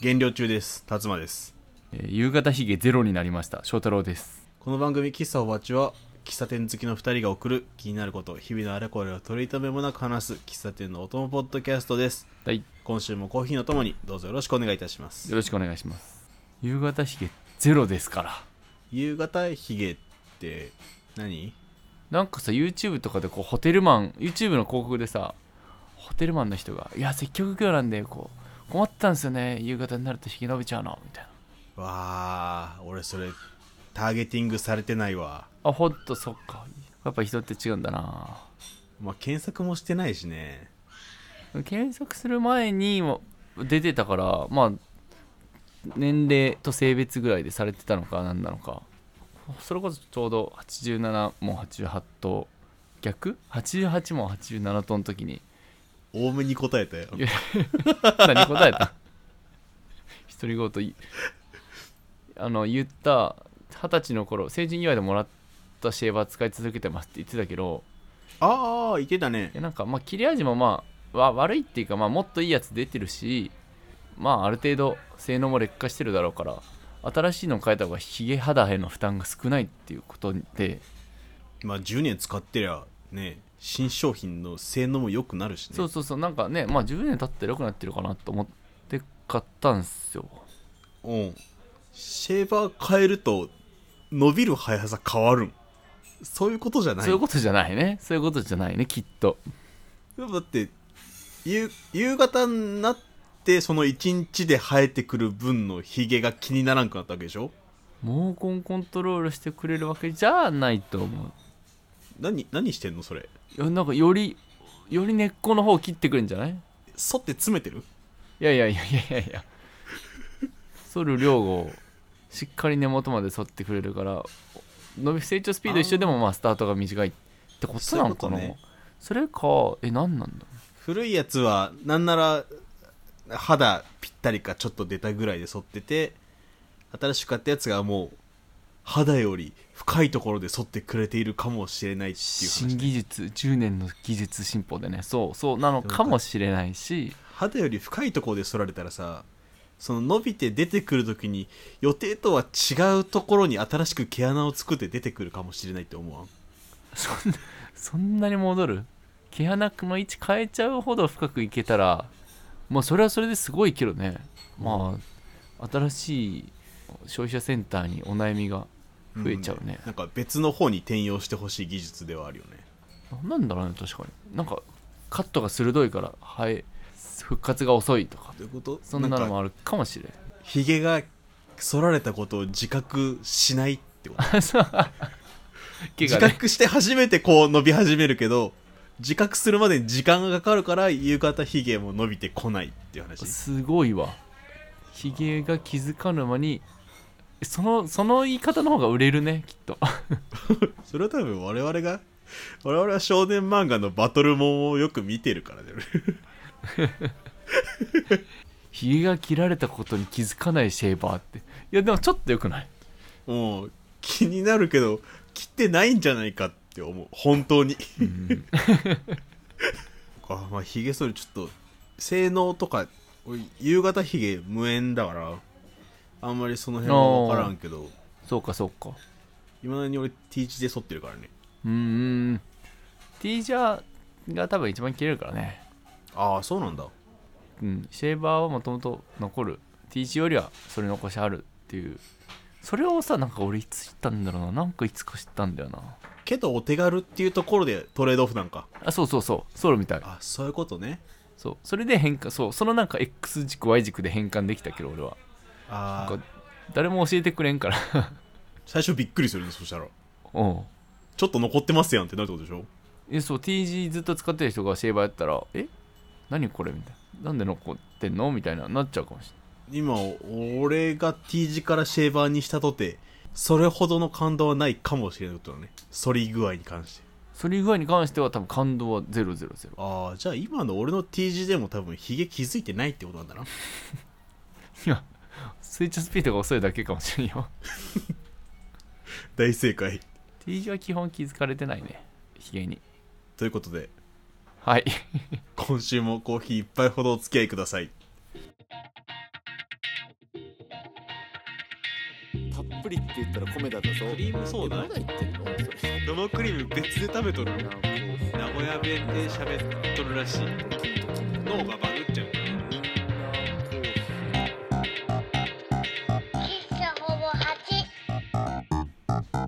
減量中です辰馬ですえー夕方ひげゼロになりました翔太郎ですこの番組「喫茶おばち」は喫茶店好きの2人が送る気になること日々のあれこれを取り留めもなく話す喫茶店のお供ポッドキャストですはいよ今週もコーヒーのともにどうぞよろしくお願いいたしますろしくお願いします夕方ひげゼロですから夕方ヒゲって何なんかさ YouTube とかでこうホテルマン YouTube の広告でさホテルマンの人が「いや接客業なんでこう困ってたんですよね夕方になるとひげ伸びちゃうの」みたいなわあ俺それターゲティングされてないわあほんとそっかやっぱ人って違うんだなまあ検索もしてないしね検索する前にも出てたからまあ年齢と性別ぐらいでされてたのか何なのかそれこそちょうど87も88と逆88も87との時に多めに答えたよいや何答えた 独り言言いあの言った二十歳の頃成人祝いでもらったシェーバー使い続けてますって言ってたけどああ言ってたねいやなんかまあ切れ味もまあわ悪いっていうかまあもっといいやつ出てるしまあある程度性能も劣化してるだろうから新しいのを変えた方がヒゲ肌への負担が少ないっていうことで、まあ10年使ってりゃね新商品の性能も良くなるしねそうそうそうなんかねまあ10年経って良くなってるかなと思って買ったんすようんシェーバー変えると伸びる速さ変わるんそういうことじゃないそういうことじゃないねそういうことじゃないねきっとだって夕夕方になってその1日で生えてくる分のヒゲが気にならんくなったわけでしょ毛根コントロールしてくれるわけじゃないと思何何してんのそれういやなんかよりより根っこの方を切ってくるんじゃない剃って詰めてるいやいやいやいやいや剃る量をしっかり根元まで剃ってくれるから伸び成長スピード一緒でもまあスタートが短いってことなのかなそうそいうこれかえ何なんだ古いやつはなんなら肌ぴったりかちょっと出たぐらいで剃ってて新しく買ったやつがもう肌より深いところで剃ってくれているかもしれないっていう話新技術10年の技術進歩でねそうそうなのかもしれないし肌より深いところで剃られたらさその伸びて出てくるときに予定とは違うところに新しく毛穴を作って出てくるかもしれないって思わんそんなそんなに戻る毛穴の位置変えちゃうほど深くいけたらまあそれはそれですごいけどねまあ新しい消費者センターにお悩みが増えちゃうねんなんか別の方に転用してほしい技術ではあるよねなんなんだろうね確かになんかカットが鋭いから生え復活が遅いとかどういうことそんなのかもあるかもしれんヒゲが剃られたことを自覚しないってこと 毛自がね覚して初めてこう伸び始めるけど自覚するまでに時間がかかるから夕方ヒゲも伸びてこないっていう話すごいわひげが気づかぬ間にそのその言い方の方が売れるねきっと それは多分我々が我々は少年漫画のバトルモンをよく見てるからだ よねひげが切られたことに気づかないシェーバーっていやでもちょっと良くないもう気になるけど切ってないんじゃないかって思う本当に あまあヒゲ剃りちょっと性能とか俺夕方ヒゲ無縁だからあんまりその辺は分からんけどそうかそうかいまだに俺 T 字で剃ってるからねうーん T ジャーが多分一番切れるからねああそうなんだうん、シェーバーはもともと残る T 字よりはそれ残しあるっていうそれをさなんか俺いつ知ったんだろうななんかいつか知ったんだよなけどお手軽っていうところでトレードオフなんかあそうそうそうソロみたいあそういうことねそうそれで変換そうそのなんか X 軸 Y 軸で変換できたけど俺はあなあんか誰も教えてくれんから 最初びっくりするねそしたらうんちょっと残ってますやんってなるってことでしょえそう T 字ずっと使ってる人がシェーバーやったらえ何これみたいななんで残ってんのみたいななっちゃうかもしれない今俺が T 字からシェーバーにしたとてそれほどの感動はないかもしれないことだね反り具合に関してそれ以外に関しては多分感動は000ああじゃあ今の俺の T 字でも多分ヒゲ気づいてないってことなんだ ないやスイッチスピードが遅いだけかもしれんよ大正解 T 字は基本気づかれてないねひげにということではい今週もコーヒー一杯ほどお付き合いくださいプリって言ったら米田だぞクリームソーダえまだ言ってるのそれ生クリーム別で食べとるなんかこう名古屋弁で喋っとるらしい脳がバグっちゃう喫茶ほぼ8。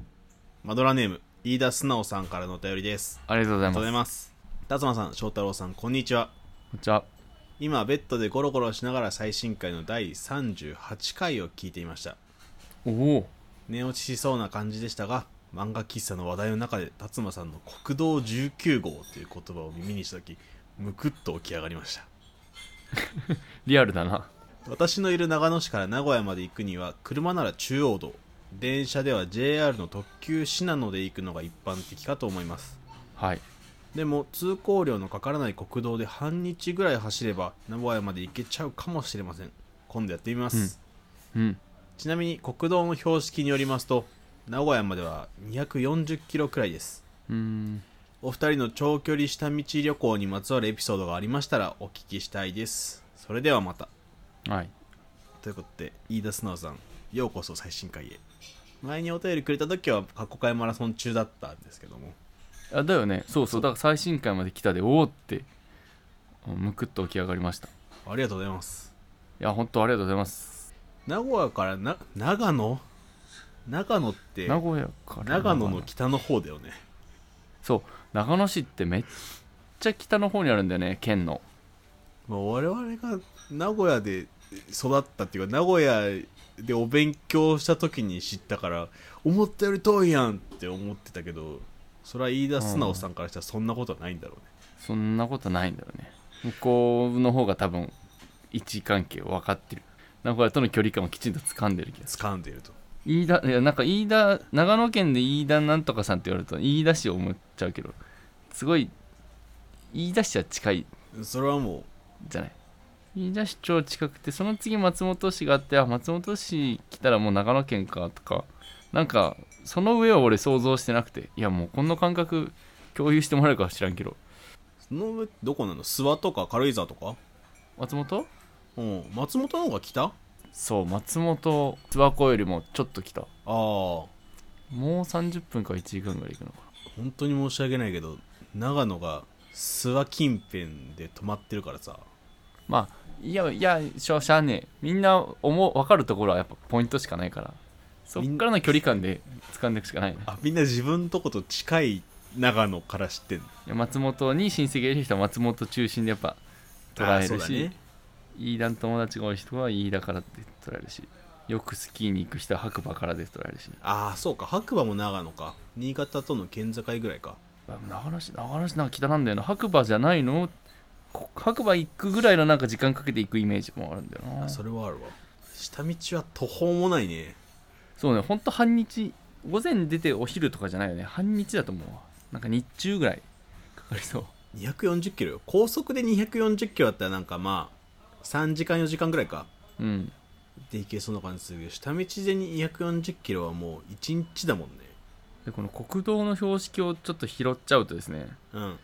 マドラーネーム飯田素直さんからのお便りですありがとうござあいりがとうまござすいます辰馬さん翔太郎さんこんにちはこんにちは今ベッドでゴロゴロしながら最新回の第38回を聞いていましたおお寝落ちしそうな感じでしたが漫画喫茶の話題の中で辰馬さんの「国道19号」という言葉を耳にした時むくっと起き上がりましたリアルだな私のいる長野市から名古屋まで行くには車なら中央道電車では JR の特急信濃で行くのが一般的かと思いますはいでも通行料のかからない国道で半日ぐらい走れば名古屋まで行けちゃうかもしれません今度やってみます、うんうんちなみに国道の標識によりますと名古屋までは240キロくらいですうーんお二人の長距離下道旅行にまつわるエピソードがありましたらお聞きしたいですそれではまたはいということで飯田素直さんようこそ最新回へ前にお便りくれた時は過去回マラソン中だったんですけどもあだよねそうそうだから最新回まで来たでおおってうんむくっと起き上がりましたいありがとうございますや本当ありがとうございます名古屋からな長野長野って名古屋から長野の北の方だよねそう長野市ってめっちゃ北の方にあるんだよね県のまあ、我々が名古屋で育ったっていうか名古屋でお勉強した時に知ったから思ったより遠いやんって思ってたけどそれは飯田素直さんからしたらそんなことはないんだろうね、そんなことないんだろうね向こうの方が多分位置関係を分かってる名古屋との距離感をきちんと掴んでる気がす掴んでいるとる飯田いやなんか飯田長野県で飯田なんとかさんって言われると飯田市を思っちゃうけどすごい飯田市は近いそれはもじゃない飯田市超近くてその次松本市があってあ松本市来たらもう長野県かとかなんかその上は俺想像してなくていやもうこの感覚共有してもらえるかは知らんけどうその上どこなの諏訪とか軽井沢とか松本うん松本の方が北あそう松本諏訪湖よりもちょっと来たあ本もう30分か1時間ぐらい行くのか当に申し訳ないけど長野が諏訪近辺で泊まってるからさまあいやいやしょしゃあねえみんな思う分かるところはやっぱポイントしかないからそっからの距離感で掴んでいくしかないねあみんな自分とこと近い長野から知ってんのいや松本に親戚がいる人は松本中心でやっぱ捉えあーそうるだし、飯田の友達が多い人は飯田からって捉えるしよくスキーに行く人は白馬からで捉えるしああそうか白馬も長野か新潟との県境ぐらいかあ長野市長野市なんか北なんだよな白馬じゃないのこ白馬行くぐらいのなんか時間かけて行くイメージもあるんだよなそれはあるわ下道は途方もないねそうね、ほんと半日、午前出てお昼とかじゃないよね、半日だと思うわ。なんか日中ぐらいかかりそう。 240キロよ高速で240キロだったらなんかまあ3時間4時間ぐらいかうん。で行けそうな感じするけど下道で240キロはもう1日だもんねで、この国道の標識をちょっと拾っちゃうとですね、うん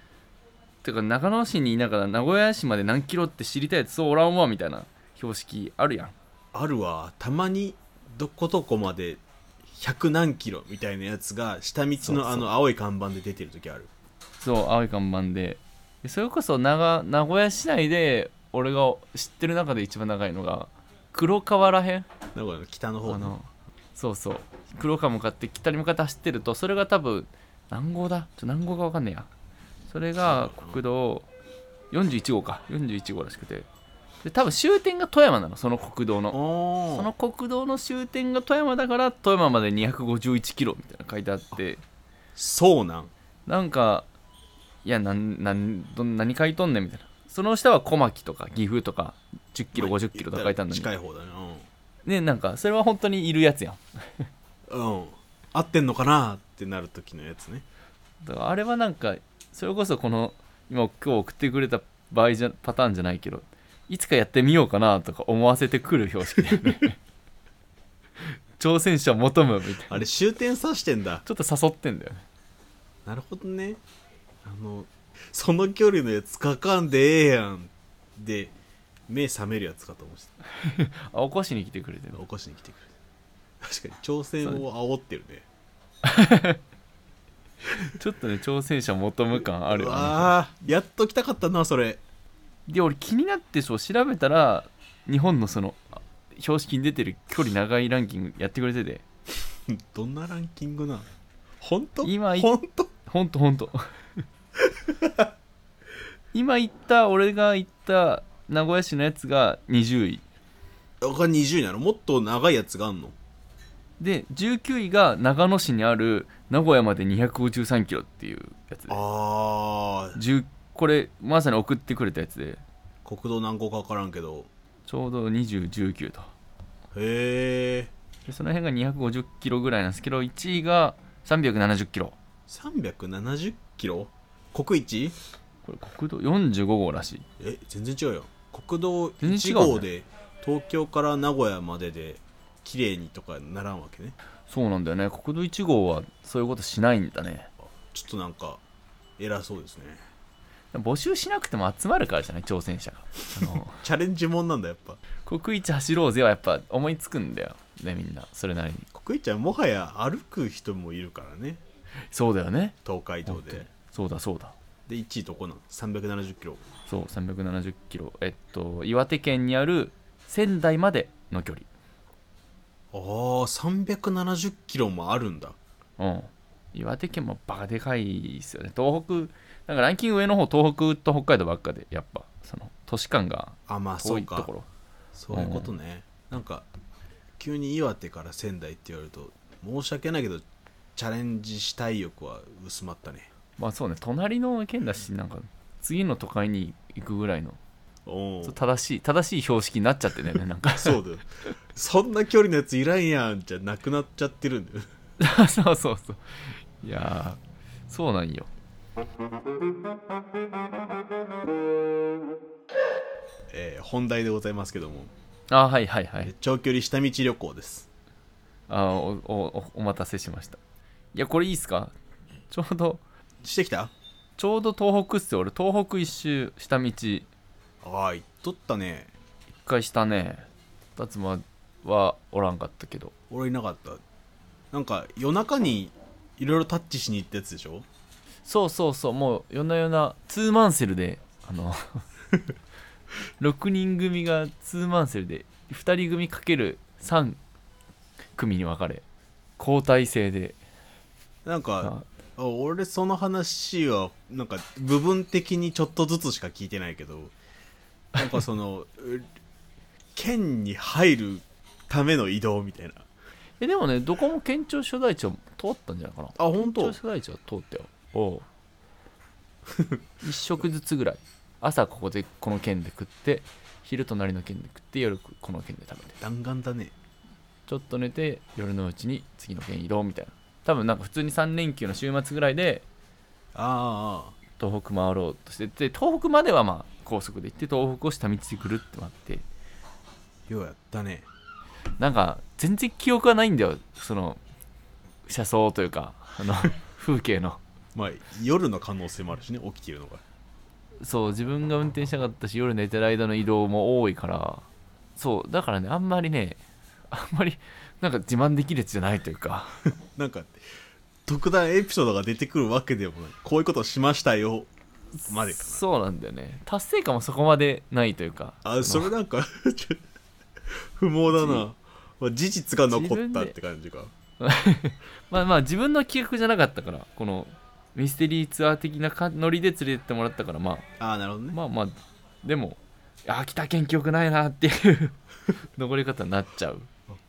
てか長野市にいながら名古屋市まで何キロって知りたいやつそうおらんわみたいな標識あるやん。あるわたまにどこどこまで100何キロみたいなやつが下道そうそうのあの青い看板で出てる時あるそう、青い看板で。でそれこそ長名古屋市内で俺が知ってる中で一番長いのが黒川らへん名古屋の北の方あののそうそう黒川向かって北に向かって走ってるとそれが多分何号だちょ何号か分かんねえやそれが国道41号か41号らしくてで多分終点が富山なのその国道のおそーの国道の終点が富山だから富山まで251キロみたいなの書いてあってそうなんなんかいやなんなんどん何書いとんねんみたいなその下は小牧とか岐阜とか10キロ50キロとか書いてあるのに近い方だねうんねなんかそれは本当にいるやつやんうん合ってんのかなってなる時のやつねだからあれはなんかそれこそこの今今日送ってくれた場合じゃパターンじゃないけどいつかやってみようかなとか思わせてくる標識だよね挑戦者求むみた いなあれ終点さしてんだちょっと誘ってんだよねなるほどねあのその距離のやつかかんでええやんで目覚めるやつかと思ってあ起こしに来てくれてるた起こしに来てくれ確かに挑戦を煽ってるねちょっとね挑戦者求む感あるうよねわーやっと来たかったなそれで俺気になってそう調べたら日本のそのあ標識に出てる距離長いランキングやってくれててどんなランキングなの本当今い本当ほんとほんと 今言った俺が言った名古屋市のやつが20位他20位なのもっと長いやつがあんので19位が長野市にある名古屋まで253キロっていうやつであー10これまさに送ってくれたやつで国道何個か分からんけどちょうど2019とへえでその辺が250キロぐらいなんですけど1位が370キロ370キロ国一これ国道45号らしいえ全然違うよ国道全然違1うね号で東京から名古屋までで綺麗にとかならんわけねそうなんだよね国道1号はそういうことしないんだねちょっとなんか偉そうですね募集しなくても集まるからじゃない挑戦者があのチャレンジもんなんだやっぱ国一走ろうぜはやっぱ思いつくんだよねみんなそれなりに国一はもはや歩く人もいるからねそうだよね東海道本当にでそうだそうだで1位どこなん370キロそう370キロえっと岩手県にある仙台までの距あー370キロもあるんだ離うん岩手県もバカでかいですよね東北なんかランキング上の方東北と北海道ばっかでやっぱその都市間があまあそ遠ういとかころそういうことね、なんか急に岩手から仙台って言われると申し訳ないけどチャレンジしたい欲は薄まったねまあそうね隣の県だしなんか次の都会に行くぐらいのおそうお正しい正しい標識になっちゃってんだよねな んか そうだよそんな距離のやついらんやんじゃなくなっちゃってるんだよ そうそうそういやーそうなんよえー本題でございますけども、あはいはいはい長距離下道旅行ですあおおおお待たせしましたいやこれいいっすかちょうどしてきたちょうど東北っすよ俺東北一周下道一ああ行っとったね回したね達馬はおらんかったけど俺いなかったなんか夜中にいろいろタッチしに行ったやつでしょそうそうそうもう夜な夜なツーマンセルであの 6人組がツーマンセルで2人組かける3組に分かれ交代制でなんかああ俺その話はなんか部分的にちょっとずつしか聞いてないけどなんかその う県に入るための移動みたいなえでもねどこも県庁所在地を通ったんじゃないかなあ本県庁所在地は通ったよおう 一食ずつぐらい朝ここでこの県で食って昼隣の県で食って夜この県で食べて弾丸だねちょっと寝て夜のうちに次の県移動みたいな多分なんか普通に3連休の週末ぐらいでああ東北回ろうとしてて東北まではまあ高速で行って東北を下道でぐるって回ってようやったねなんか全然記憶がないんだよその車窓というかあ の風景のまあ夜の可能性もあるしね起きてるのがそう自分が運転しなかったし夜寝てる間の移動も多いからそうだからねあんまりねあんまりなんか自慢できるやつじゃないというかなんか特段エピソードが出てくるわけでもないこういうことしましたよまでかなそうなんだよね達成感もそこまでないというかあそれなんか ちょ不毛だなまあ事実が残ったって感じかまあまあ自分の企画じゃなかったからこのミステリーツアー的なかノリで連れてってもらったからまあああなるほどねまあまあでも秋田県記憶ないなっていう 残り方になっちゃう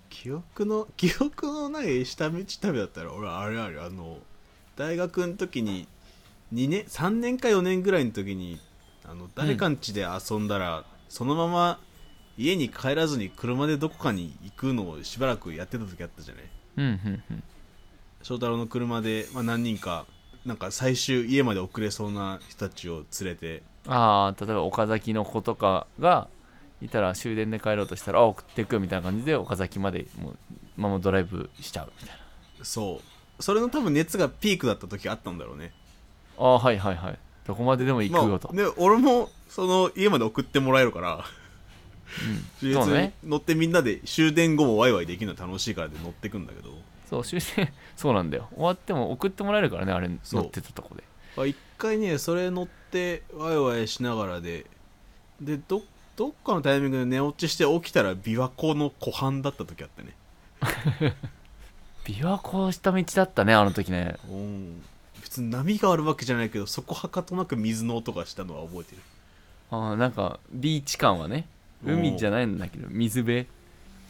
記憶の 記憶のない下道旅だったら俺あれあれあの大学の時に2年3年か4年ぐらいの時にあの誰かん家で遊んだら、そのまま家に帰らずに車でどこかに行くのをしばらくやってた時あったじゃないうんうんうん翔太郎の車で、まあ、何人かなんか最終家まで遅れそうな人たちを連れてああ例えば岡崎の子とかがいたら終電で帰ろうとしたらあ送ってくみたいな感じで岡崎までもうままドライブしちゃうみたいなそうそれの多分熱がピークだった時あったんだろうねああはいはいはいどこまででも行くよと、まあね俺もその家まで送ってもらえるからうん、 そうね乗ってみんなで終電後もワイワイできるの楽しいからで乗ってくんだけどそう終戦そうなんだよ終わっても送ってもらえるからねあれそう乗ってたとこでまあ一回ねそれ乗ってワイワイしながらででどどっかのタイミングで寝落ちして起きたら琵琶湖の湖畔だった時あってね琵琶湖した道だったねあの時ねうん別に波があるわけじゃないけどそこはかとなく水の音がしたのは覚えてるあーなんかビーチ感はね海じゃないんだけど水辺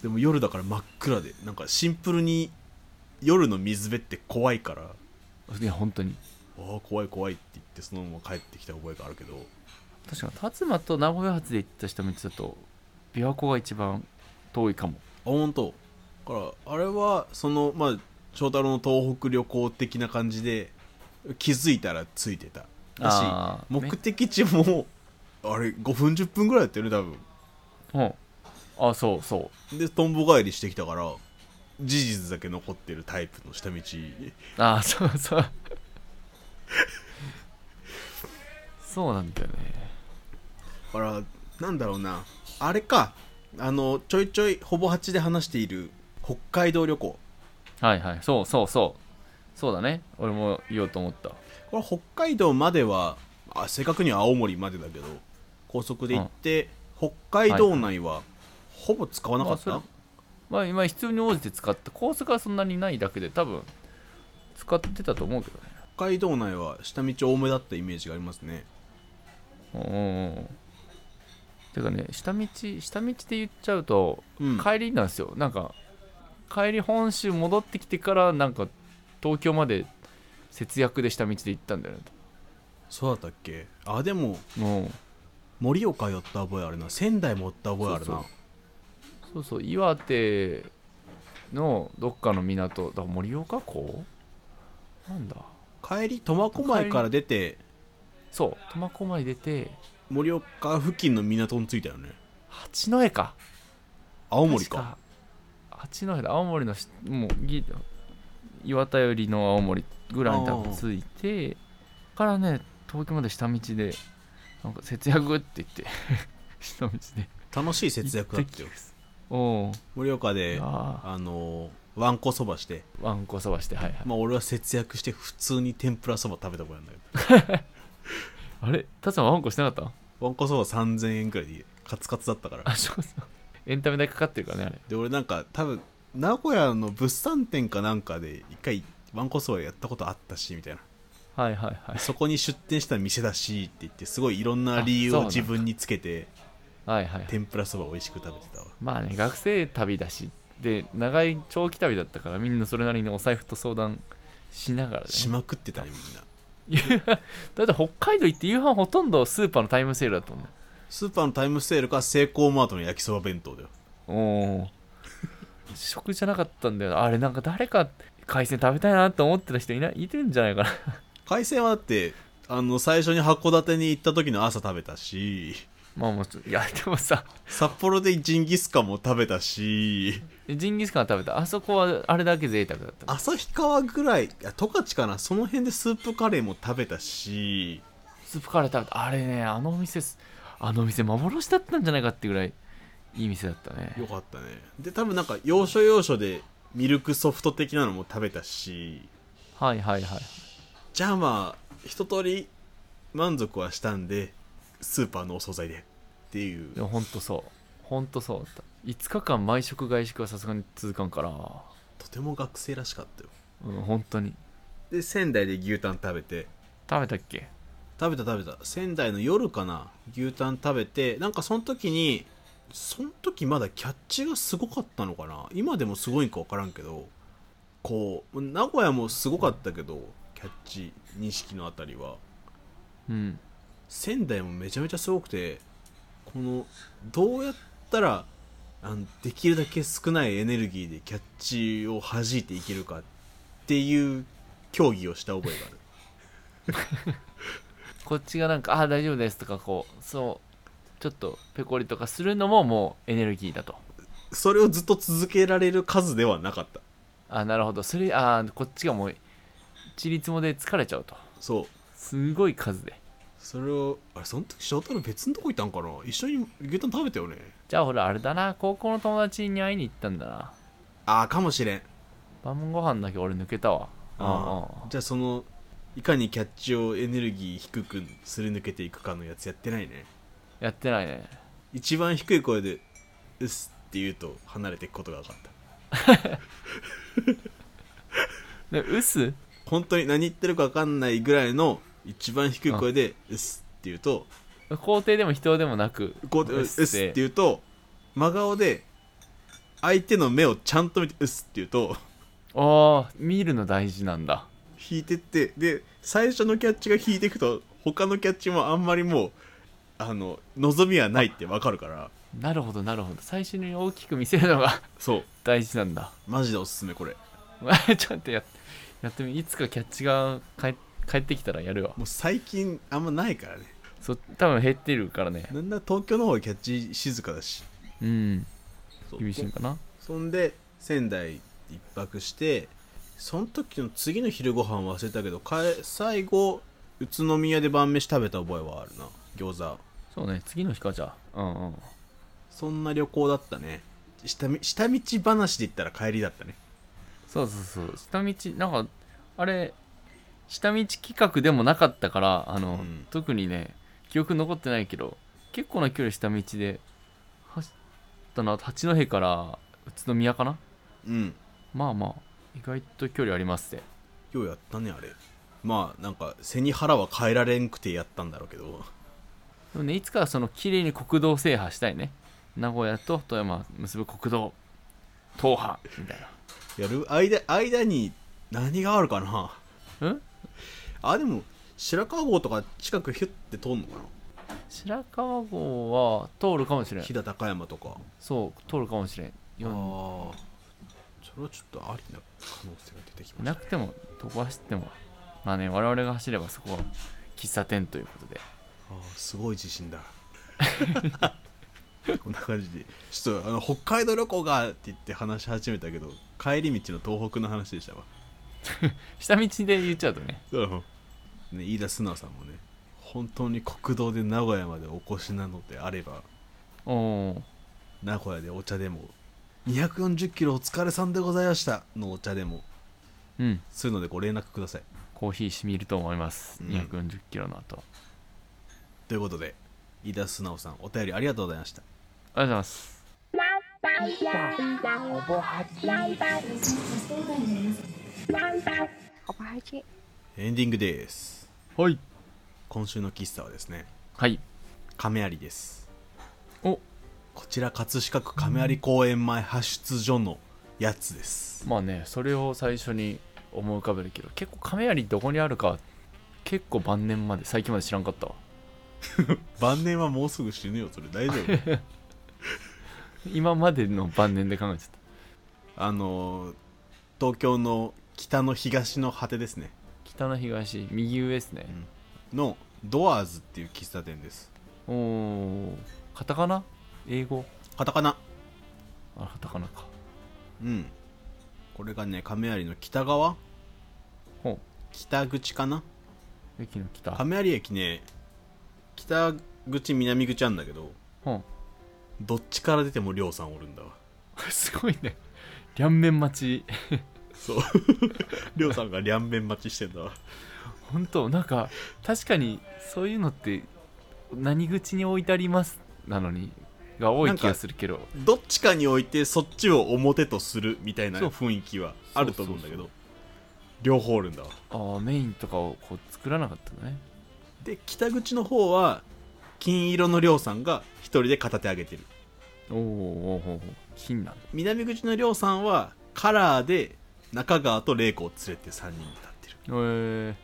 でも夜だから真っ暗でなんかシンプルに夜の水辺って怖いからいや本当にああ怖い怖いって言ってそのまま帰ってきた覚えがあるけど確かに辰馬と名古屋発で行った人道だと琵琶湖が一番遠いかもあ本当だからあれはそのまあ翔太郎の東北旅行的な感じで気づいたらついてただしあーね目的地もあれ5分10分ぐらいやってるね多分うんあそうそうでとんぼ返りしてきたから事実だけ残ってるタイプの下道ああ そうそうそうなんだよねあらなんだろうなあれかあのちょいちょいほぼ8で話している北海道旅行はいはいそうそうそうそうだね俺も言おうと思ったこれ北海道まではあ正確には青森までだけど高速で行って、北海道内はほぼ使わなかった、まあそまあ今必要に応じて使って高速はそんなにないだけで多分使ってたと思うけどね北海道内は下道多めだったイメージがありますねうんうんうんてかね下道下道で言っちゃうとうん帰りなんですよ、なんか帰り本州戻ってきてからなんか東京まで節約で下道で行ったんだよねそうだったっけあでもうん盛岡寄った覚えあるな仙台も寄った覚えあるなそうそうそう岩手のどっかの港だ盛岡港なんだ帰り苫小牧から出てそう苫小牧出て盛岡付近の港に着いたよね八戸か青森か確八戸だ青森のしもうぎ岩田寄りの青森ぐらいに多分着いてからね東京まで下道でなんか節約って言って 下道で楽しい節約だったよおう盛岡でああのーわんこそばしてーわんこそばしてはいはいまあ俺は節約して普通に天ぷらそば食べたことなんだけど あれタツさんわんこしてなかっわんこそば3000円くらいでカツカツだったからたあそうそうエンタメ代かかってるからねあれで俺なんか多分名古屋の物産展かなんかで一回わんこそばやったことあったしみたいなはいはいはいそこに出店した店だしって言ってすごいいろんな理由あそうをなんだ自分につけてはいはい天ぷらそば美味しく食べてたわまあね学生旅だしで長い長期旅だったからみんなそれなりにお財布と相談しながらねしまくってたねみんな夕飯 だって北海道行って夕飯ほとんどスーパーのタイムセールだと思うスーパーのタイムセールかセイコーマートの焼きそば弁当だよおお食じゃなかったんだよなあれなんか誰か海鮮食べたいなと思ってた人いないいるんじゃないかな 海鮮はだってあの最初に函館に行った時の朝食べたしまあもういやでもさ札幌でジンギスカンも食べたしジンギスカン食べたあそこはあれだけ贅沢だった旭川ぐらいあ十勝かなその辺でスープカレーも食べたしスープカレー食べたあれねあのお店すあのお店幻だったんじゃないかってぐらいいい店だったねよかったねで多分なんか要所要所でミルクソフト的なのも食べたしはいはいはいじゃあまあ一通り満足はしたんでスーパーのお惣菜でっていうでもほんとそうほんとそうだった5日間毎食外食はさすがに続かんからとても学生らしかったようん本当にで仙台で牛タン食べて食べたっけ食べた食べた仙台の夜かな牛タン食べてなんかその時にその時まだキャッチがすごかったのかな今でもすごいんか分からんけどこう名古屋もすごかったけどキャッチ錦のあたりはうん仙台もめちゃめちゃすごくてこのどうやったらあのできるだけ少ないエネルギーでキャッチを弾いていけるかっていう競技をした覚えがあるこっちがなんか「ああー大丈夫です」とかこうそうちょっとペコリとかするのももうエネルギーだとそれをずっと続けられる数ではなかったあーなるほどそれあーこっちがもうちりつもで疲れちゃうとそうすごい数ですそれをあれその時翔太郎別のとこ行ったんかな一緒に牛タン食べたよねじゃあほらあれだな高校の友達に会いに行ったんだなああかもしれん晩ご飯だけ俺抜けたわあうんうんあじゃあそのいかにキャッチをエネルギー低くすり抜けていくかのやつやってないねやってないね一番低い声で「うっす」って言うと離れていくことが分かったでうす本当に何言ってるか分かんないぐらいの一番低い声で「うっす」って言うと校庭でも人でもなくこうやって「うっす」って言うと真顔で相手の目をちゃんと見て「うっす」って言うとああ見るの大事なんだ引いてってで最初のキャッチが引いていくと他のキャッチもあんまりもうあの望みはないって分かるからなるほどなるほど最初に大きく見せるのが そう大事なんだ マジでおすすめこれちょっとやってやってみいつかキャッチが帰帰ってきたらやるわもう最近あんまないからねそ多分減ってるからねなんだ東京の方がキャッチ静かだしうんそう厳しいのかなそんで仙台一泊してその時の次の昼ご飯忘れたけどかえ最後宇都宮で晩飯食べた覚えはあるな餃子そうね次の日かじゃあうんうんそんな旅行だったね下み下道話で言ったら帰りだったねそうそうそう下道なんかあれ下道企画でもなかったからあの、うん特にね記憶残ってないけど結構な距離下道で走ったな八戸から宇都宮かなうんまあまあ意外と距離ありますねようやったねあれまあなんか背に腹は変えられんくてやったんだろうけどでもねいつかはその綺麗に国道制覇したいね名古屋と富山を結ぶ国道踏破みたいやる間間に何があるかななうんあでも白川郷とか近くヒュッて通んのか白川郷は通るかもしれなん飛騨高山とかそう通るかもしれんああよそれはちょっとありな可能性が出てきましなくてもどこ走ってもまあね我々が走ればそこは喫茶店ということでたあーすごい自信だ こんな感じでちょっとあの北海道旅行がって言って話し始めたけど帰り道の東北の話でしたわ下道で言っちゃうとねね、飯田須直さんもね本当に国道で名古屋までお越しなのであればおお名古屋でお茶でも240キロお疲れさんでございましたのお茶でもうんそういうのでご連絡くださいコーヒーしみると思います、うん240キロの後ということで飯田須直さんお便りありがとうございましたありがとうございますほぼ八。ほぼ八。エンディングですはい今週の喫茶はですねはい亀有ですおこちら葛飾区亀有公園前派出所のやつですまあねそれを最初に思い浮かべるけど結構亀有どこにあるか結構晩年まで最近まで知らんかったわ晩年はもうすぐ死ぬよそれ大丈夫今までの晩年で考えちゃったあのー東京の北の東の果てですね北の東右上ですね、のドアーズっていう喫茶店ですおおカタカナ英語カタカナあカタカナかうんこれがね亀有の北側ほう北口かな駅の北亀有駅ね北口南口あんだけどうん、 どっちから出ても亮さんおるんだわすごいね両面待ちそう 亮さんが両面待ちしてんだわ 本当なんか確かにそういうのって何口に置いてありますなのにが多い気がするけどどっちかに置いてそっちを表とするみたいなそう雰囲気はあると思うんだけど両方おるんだわああメインとかをこう作らなかったのねで北口の方は金色の亮さんが一人で片手上げてるおーおーおーおー金なんだ南口の亮さんはカラーで中川と玲子を連れて3人で立ってるへえ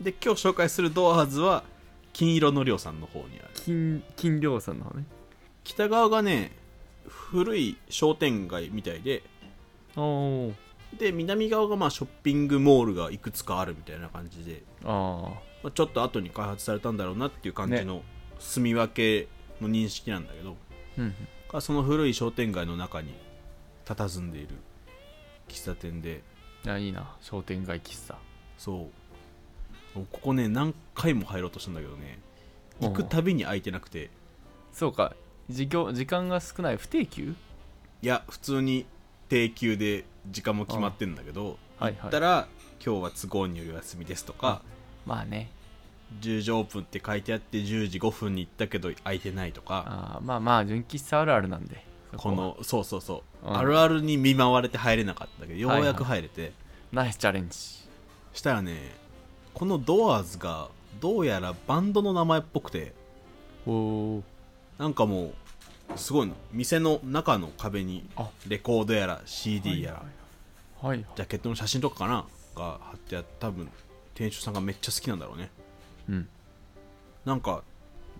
で今日紹介するドアーズは金色の亮さんの方にある金金量さんの方ね北側がね古い商店街みたいでおおで南側がまあショッピングモールがいくつかあるみたいな感じで、ああまあ、ちょっと後に開発されたんだろうなっていう感じの住み分けの認識なんだけど、うんがその古い商店街の中に佇んでいる喫茶店でうんあいいな商店街喫茶そうここね何回も入ろうとしたんだけどね行くたびに空いてなくてそうか時間時間が少ない不定休いや普通に定休で時間も決まってんだけどはい行はったいら、今日は都合による休みです」とかまあね「10時オープン」って書いてあって10時5分に行ったけど空いてないとかあーまあまあ純喫茶あるあるなんでそこはのそうそうそう、うんあるあるに見舞われて入れなかったけどようやく入れて、ナイスチャレンジしたらねこのドアーズがどうやらバンドの名前っぽくておおなんかもうすごいの店の中の壁にあレコードやら CD やら、はいジャケットの写真とかかなが貼ってあって多分店主さんがめっちゃ好きなんだろうねうんなんか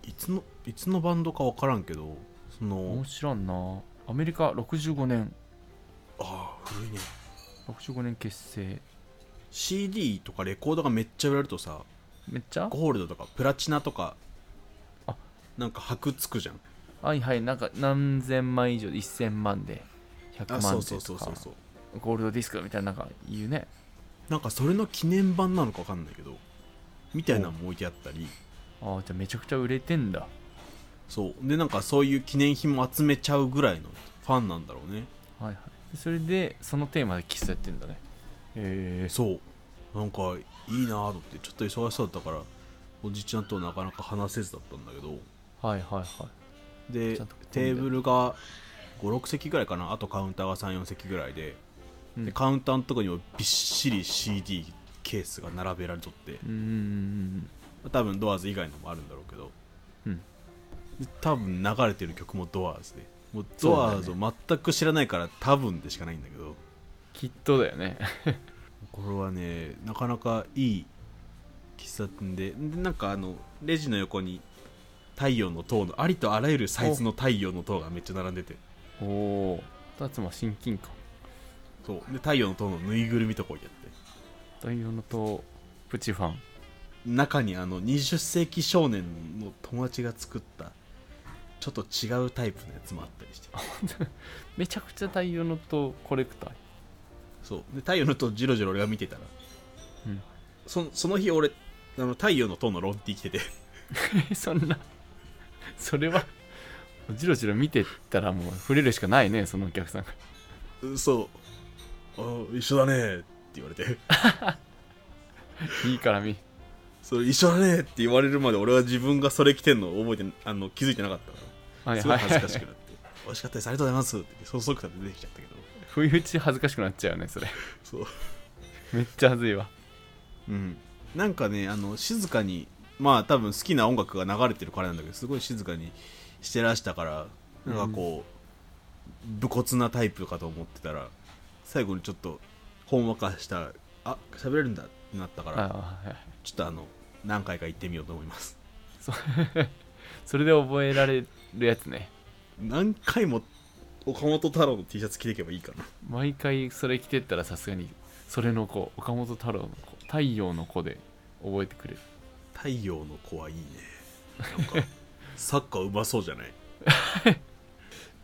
いつのいつのバンドか分からんけどその面白いなアメリカ65年ああ古いね65年結成 CD とかレコードがめっちゃ売れるとさめっちゃゴールドとかプラチナとかあなんか箔つくじゃんはいはいなんか何千万以上で1000万で100あそ万うでそうとそうかそうそうゴールドディスクみたいななんか言うねなんかそれの記念版なのか分かんないけどみたいなのも置いてあったりああじゃあめちゃくちゃ売れてんだそうでなんかそういう記念品も集めちゃうぐらいのファンなんだろうねはいはいそれでそのテーマで喫茶やってんだねへえそうなんかいいなと思ってちょっと忙しそうだったからおじちゃんとなかなか話せずだったんだけどはいはいはいでちゃんと混んでテーブルが56席ぐらいかなあとカウンターが34席ぐらいで,、うんでカウンターのとこにもびっしり CD ケースが並べられとってうーん多分ドアーズ以外のもあるんだろうけど、うんで多分流れてる曲もドアーズでもうそうだドよアねーズを全く知らないから多分でしかないんだけどきっとだよねこれはねなかなかいい喫茶店ででなんかあのレジの横に太陽の塔のありとあらゆるサイズの太陽の塔がめっちゃ並んでてお お2つも親近感そうで太陽の塔のぬいぐるみとか置いてあって太陽のとプチファン中にあの20世紀少年の友達が作ったちょっと違うタイプのやつもあったりしてめちゃくちゃ太陽のとコレクターそうで太陽の塔ジロジロ俺が見てたら、うんそその日俺あの太陽の塔のロンティ着てて え そんなそれはじろじろ見てったらもう触れるしかないねそのお客さんがそうあ一緒だねって言われて いいから見それ一緒だねって言われるまで俺は自分がそれ着てんのを覚えてあの気づいてなかったからはいすごはいい恥ずかはしいくなって「美味しかったですありがとうございます」ってそそくさで出てきちゃったけど 不意打ち恥ずかしくなっちゃうよねそれそうめっちゃ恥ずいわうんなんかねあの静かにまあ多分好きな音楽が流れてるからなんだけどすごい静かにしてらしたからなんかこう、武骨なタイプかと思ってたら最後にちょっとほんわかしたあ喋れるんだってなったから、ああはいちょっとあの何回か行ってみようと思いますそうそれで覚えられるやつね何回も岡本太郎の T シャツ着ていけばいいかな毎回それ着てったらさすがにそれの子岡本太郎の子太陽の子で覚えてくれる太陽の子はいいねなん かサッカーうまそうじゃない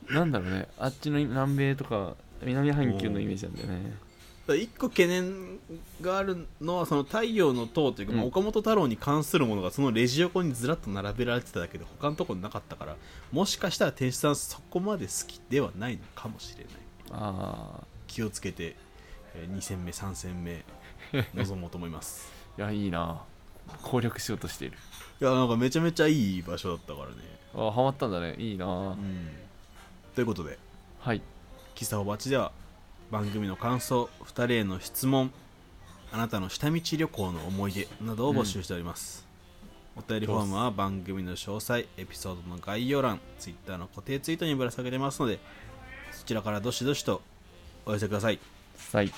なんだろうねあっちの南米とか南半球のイメージなんだよねだから一個懸念があるのはその太陽の塔というか、まあうん岡本太郎に関するものがそのレジ横にずらっと並べられてただけで他のところなかったからもしかしたら店主さんそこまで好きではないのかもしれないああ気をつけて、え2戦目3戦目臨もうと思いますいやいいな攻略しようとしている いやなんかめちゃめちゃいい場所だったからね、あハマったんだねいいな、うん、ということではい喫茶おばちでは番組の感想2人への質問あなたの下道旅行の思い出などを募集しております、お便りフォームは番組の詳細エピソードの概要欄 Twitter の固定ツイートにぶら下げてますのでそちらからどしどしとお寄せくださいさい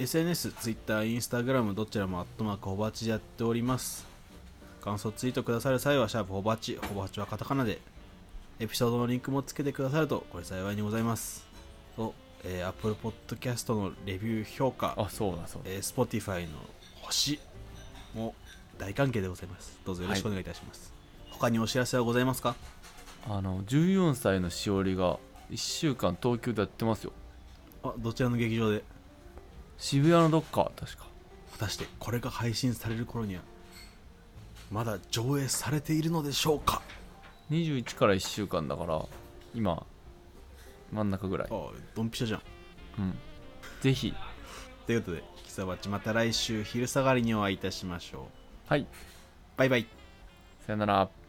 SNS、Twitter、Instagram どちらもアットマークほばちでやっております。感想ツイートくださる際は、シャープほばち、ほばちはカタカナで、エピソードのリンクもつけてくださると、これ幸いにございます。と、えー、Apple Podcast のレビュー評価、あそうだそうだえー Spotify の星も大関係でございます。どうぞよろしくお願いいたします。他にお知らせはございますかあの14歳のしおりが1週間東京でやってますよあ、どちらの劇場で渋谷のどっか確か果たしてこれが配信される頃にはまだ上映されているのでしょうか21から1週間だから今真ん中ぐらいあ、ドンピシャじゃん。うんぜひということで、キサバッチまた来週昼下がりにお会いいたしましょう。はいバイバイ。さよなら